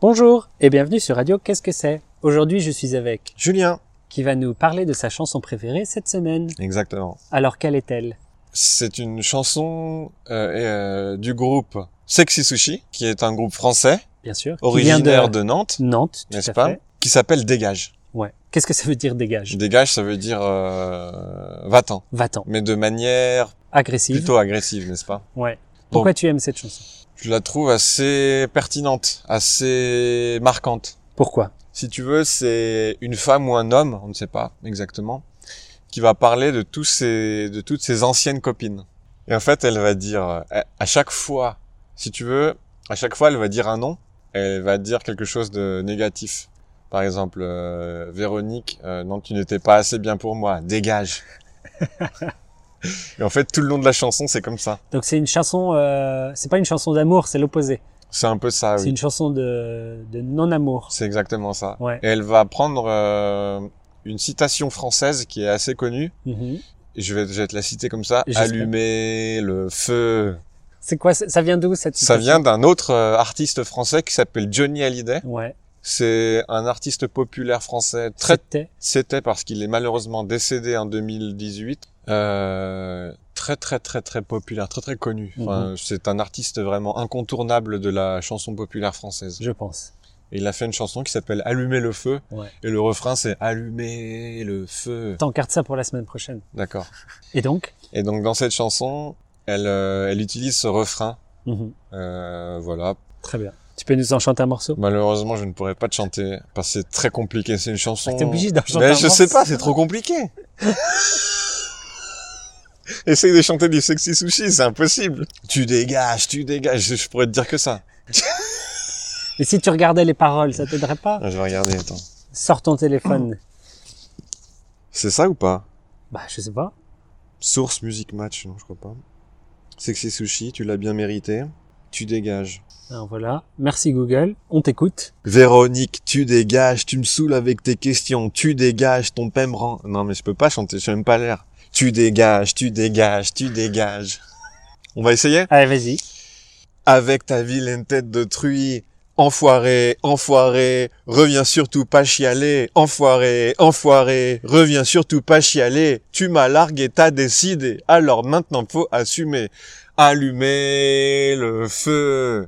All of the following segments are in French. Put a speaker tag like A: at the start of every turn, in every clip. A: Bonjour et bienvenue sur Radio Qu'est-ce que c'est Aujourd'hui je suis avec
B: Julien.
A: qui va nous parler de sa chanson préférée cette semaine.
B: Exactement.
A: Alors quelle est-elle
B: C'est une chanson euh, euh, du groupe Sexy Sushi, qui est un groupe français,
A: Bien sûr. qui vient
B: originaire de... Nantes,
A: Nantes, tout
B: n'est-ce
A: à
B: pas
A: fait.
B: Qui s'appelle Dégage.
A: Ouais. Qu'est-ce que ça veut dire dégage
B: Dégage, ça veut dire euh, va-t'en,
A: Va-t'en.
B: mais de manière
A: Agressive.
B: plutôt agressive, n'est-ce pas
A: Ouais. Pourquoi tu aimes cette chanson
B: Je la trouve assez pertinente, assez marquante.
A: Pourquoi
B: si tu veux, c'est une femme ou un homme, on ne sait pas exactement, qui va parler de tous ses, de toutes ses anciennes copines. Et en fait, elle va dire, euh, à chaque fois, si tu veux, à chaque fois, elle va dire un nom, elle va dire quelque chose de négatif. Par exemple, euh, Véronique, euh, non, tu n'étais pas assez bien pour moi, dégage. Et en fait, tout le long de la chanson, c'est comme ça.
A: Donc c'est une chanson, euh, c'est pas une chanson d'amour, c'est l'opposé.
B: C'est un peu ça,
A: C'est
B: Ah oui.
A: une chanson de, de non-amour.
B: C'est exactement ça.
A: Ouais.
B: Et elle va prendre euh, une citation française qui est assez connue,
A: Mhm.
B: je vais, je vais te la citer comme ça.
A: J'espère.
B: Allumer le feu.
A: C'est quoi Ça ça vient d'où cette
B: Ça
A: citation
B: vient d'un autre euh, artiste français qui s'appelle Johnny Hallyday.
A: Ouais.
B: C'est un artiste populaire français. Très,
A: C'était-
B: c'était parce qu'il est malheureusement décédé en 2018. Euh, très très très très populaire, très très connu.
A: Mhm.
B: Enfin, C'est un artiste vraiment incontournable de la chanson populaire française.
A: Je pense.
B: Et il a fait une chanson qui s'appelle Allumer le feu.
A: Ouais.
B: Et le refrain c'est Allumer le feu.
A: T'encartes ça pour la semaine prochaine.
B: D'accord.
A: Et donc
B: Et donc dans cette chanson, elle, euh, elle utilise ce refrain
A: Mhm.
B: Euh, voilà.
A: Très bien. Tu peux nous en chanter un morceau
B: Malheureusement, je ne pourrais pas te chanter parce que c'est très compliqué. C'est une chanson.
A: Ah, T'es obligé d'en chanter
B: Mais
A: un
B: je
A: morceau.
B: sais pas, c'est trop compliqué. Essaye de chanter du sexy sushi, c'est impossible. Tu dégages, tu dégages. Je, je pourrais te dire que ça.
A: Et si tu regardais les paroles, ça t'aiderait pas
B: Ah, Je vais regarder. Attends.
A: Sors ton téléphone.
B: C'est ça ou pas
A: Bah, je sais pas.
B: Source Music Match, non, je crois pas. Sexy sushi, tu l'as bien mérité. Tu dégages.
A: Alors voilà. Merci Google. On t'écoute.
B: Véronique, tu dégages, tu me saoules avec tes questions, tu dégages ton pain me rend... Non mais je peux pas chanter, j'ai même pas l'air. Tu dégages, tu dégages, tu dégages. On va essayer
A: Allez, vas-y.
B: Avec ta vilaine tête de truie, enfoiré, enfoiré, reviens surtout pas chialer, enfoiré, enfoiré, reviens surtout pas chialer, tu m'as largué, t'as décidé, alors maintenant faut assumer. Allumer le feu.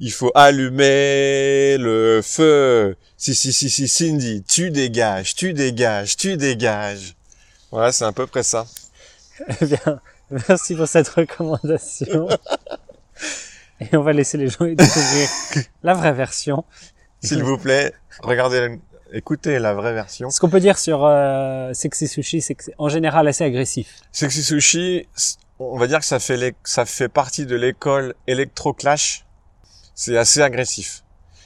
B: Il faut allumer le feu. Si, si, si, si, Cindy, tu dégages, tu dégages, tu dégages. Voilà, c'est à peu près ça.
A: Eh bien, merci pour cette recommandation. Et on va laisser les gens y découvrir la vraie version.
B: S'il vous plaît, regardez, la- écoutez la vraie version.
A: Ce qu'on peut dire sur euh, Sexy Sushi, c'est que c'est en général assez agressif.
B: Sexy Sushi, c- on va dire que ça fait, l'é- ça fait partie de l'école Electro Clash. C'est assez agressif.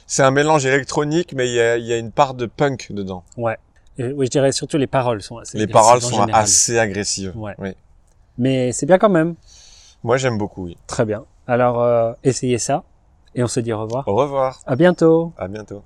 B: C'est un mélange électronique, mais il y a, il y a une part de punk dedans.
A: Euh, oui, je dirais surtout les paroles sont assez
B: Les
A: agressives
B: paroles
A: en
B: sont
A: général.
B: assez agressives.
A: Ouais.
B: Oui.
A: Mais c'est bien quand même.
B: Moi, j'aime beaucoup. oui.
A: Très bien. Alors, euh, essayez ça et on se dit au revoir.
B: Au revoir.
A: À bientôt.
B: À bientôt.